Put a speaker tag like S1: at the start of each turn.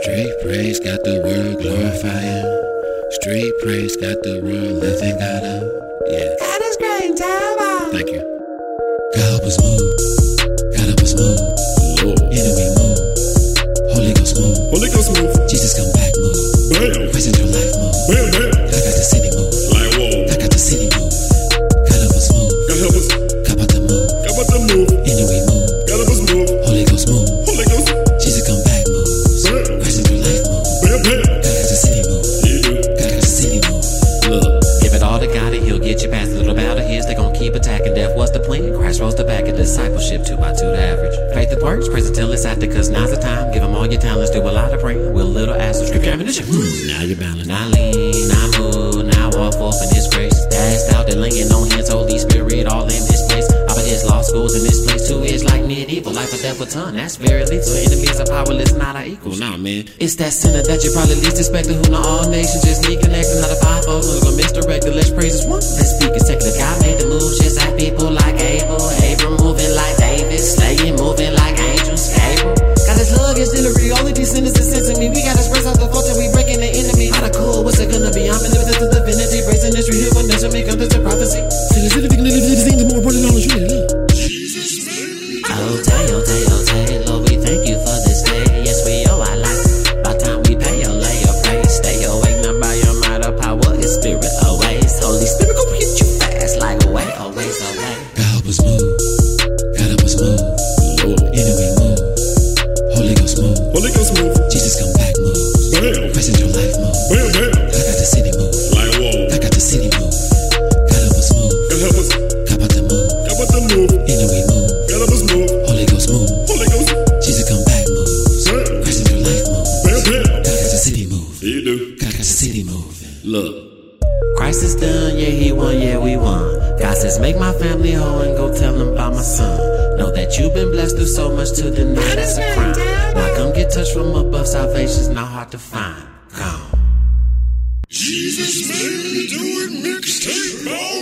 S1: Street praise got the word glorifying. Street praise got the world lifting God up. Yeah. God is great, Jehovah. Thank you. God help us move. God help us move.
S2: Lord.
S1: Enemy move. Holy Ghost move.
S2: Holy Ghost move.
S1: Jesus come back move.
S2: Bam.
S1: Praise in your life move.
S2: Bam, bam.
S1: God got the city move.
S2: Like, whoa.
S1: God got the city move. God help us move.
S2: God help us.
S1: God about to move.
S2: God about to move.
S1: Enemy move.
S2: God help us move.
S1: Holy Ghost move.
S2: Holy Ghost.
S1: Jesus come back move.
S2: Bam.
S1: Praise in your life move.
S2: Bam, bam.
S1: God got the city move.
S2: You do.
S1: God got the city move.
S3: Look, give it all to God and he'll get you past the little battle is they gon' keep attacking. Death was the plan. Christ rose the back of discipleship, two by two the average. Faith that works, praise until it's after, cause now's the time. Give 'em all your talents, do a lot of praying with a little ass of scripture ammunition. Hmm, now you're balanced. I lean, I move, now I walk forth in his grace. Passed out and laying on hands, Holy Spirit, all in this place. I but his law schools in this place too is like medieval. Life or death a ton, that's very lethal. Enemies are powerless, not our equals. Nah, man. It's that sinner that you probably least expected. Who not all nations just need connecting. Not a five folds, look gonna misdirect it. Let's praise this one. Let's speak consecutive. God made the moves just like people like Abel. Abram moving like David. Slaying moving like angels. Gabriel. God is love, is delivery. All of these sinners is sensing me. We gotta spread out the vulture. We breaking the enemy. Not a cool, what's it gonna be? I'm in the midst of divinity. Praising this tree. Here one nation, make up this a prophecy. Oh, day, oh, day, oh, day, Lord, we thank you for this day. Yes, we owe our life. By time we pay your lay your praise. Stay awake, not by your mind or power, your spirit always. Holy Spirit, go hit you fast, like away, always, away.
S1: God help us move. God help us move.
S2: Lord.
S1: Enemy move. Holy Ghost move.
S2: Holy Ghost move.
S1: Jesus come back move.
S2: Bam.
S1: Praise in your life move.
S2: Bam, bam.
S1: God got the city move.
S2: Like, whoa.
S1: God got the city move. God help us move.
S2: God help us.
S1: God about to move.
S2: God about to move.
S1: Enemy move.
S2: God help us move.
S1: Holy Ghost move.
S2: Holy Ghost.
S1: Jesus come back move.
S2: Bam.
S1: Praise in your life move.
S2: Bam, bam.
S1: God got the city move.
S2: You do.
S1: God got the city moving.
S2: Look.
S3: Christ is done, yeah, he won, yeah, we won. God says, make my family whole and go tell them about my son. Know that you've been blessed through so much to deny that's a crime. Now come get touched from above, salvation's not hard to find. Gone.
S2: Jesus made me do it mixtape, boy.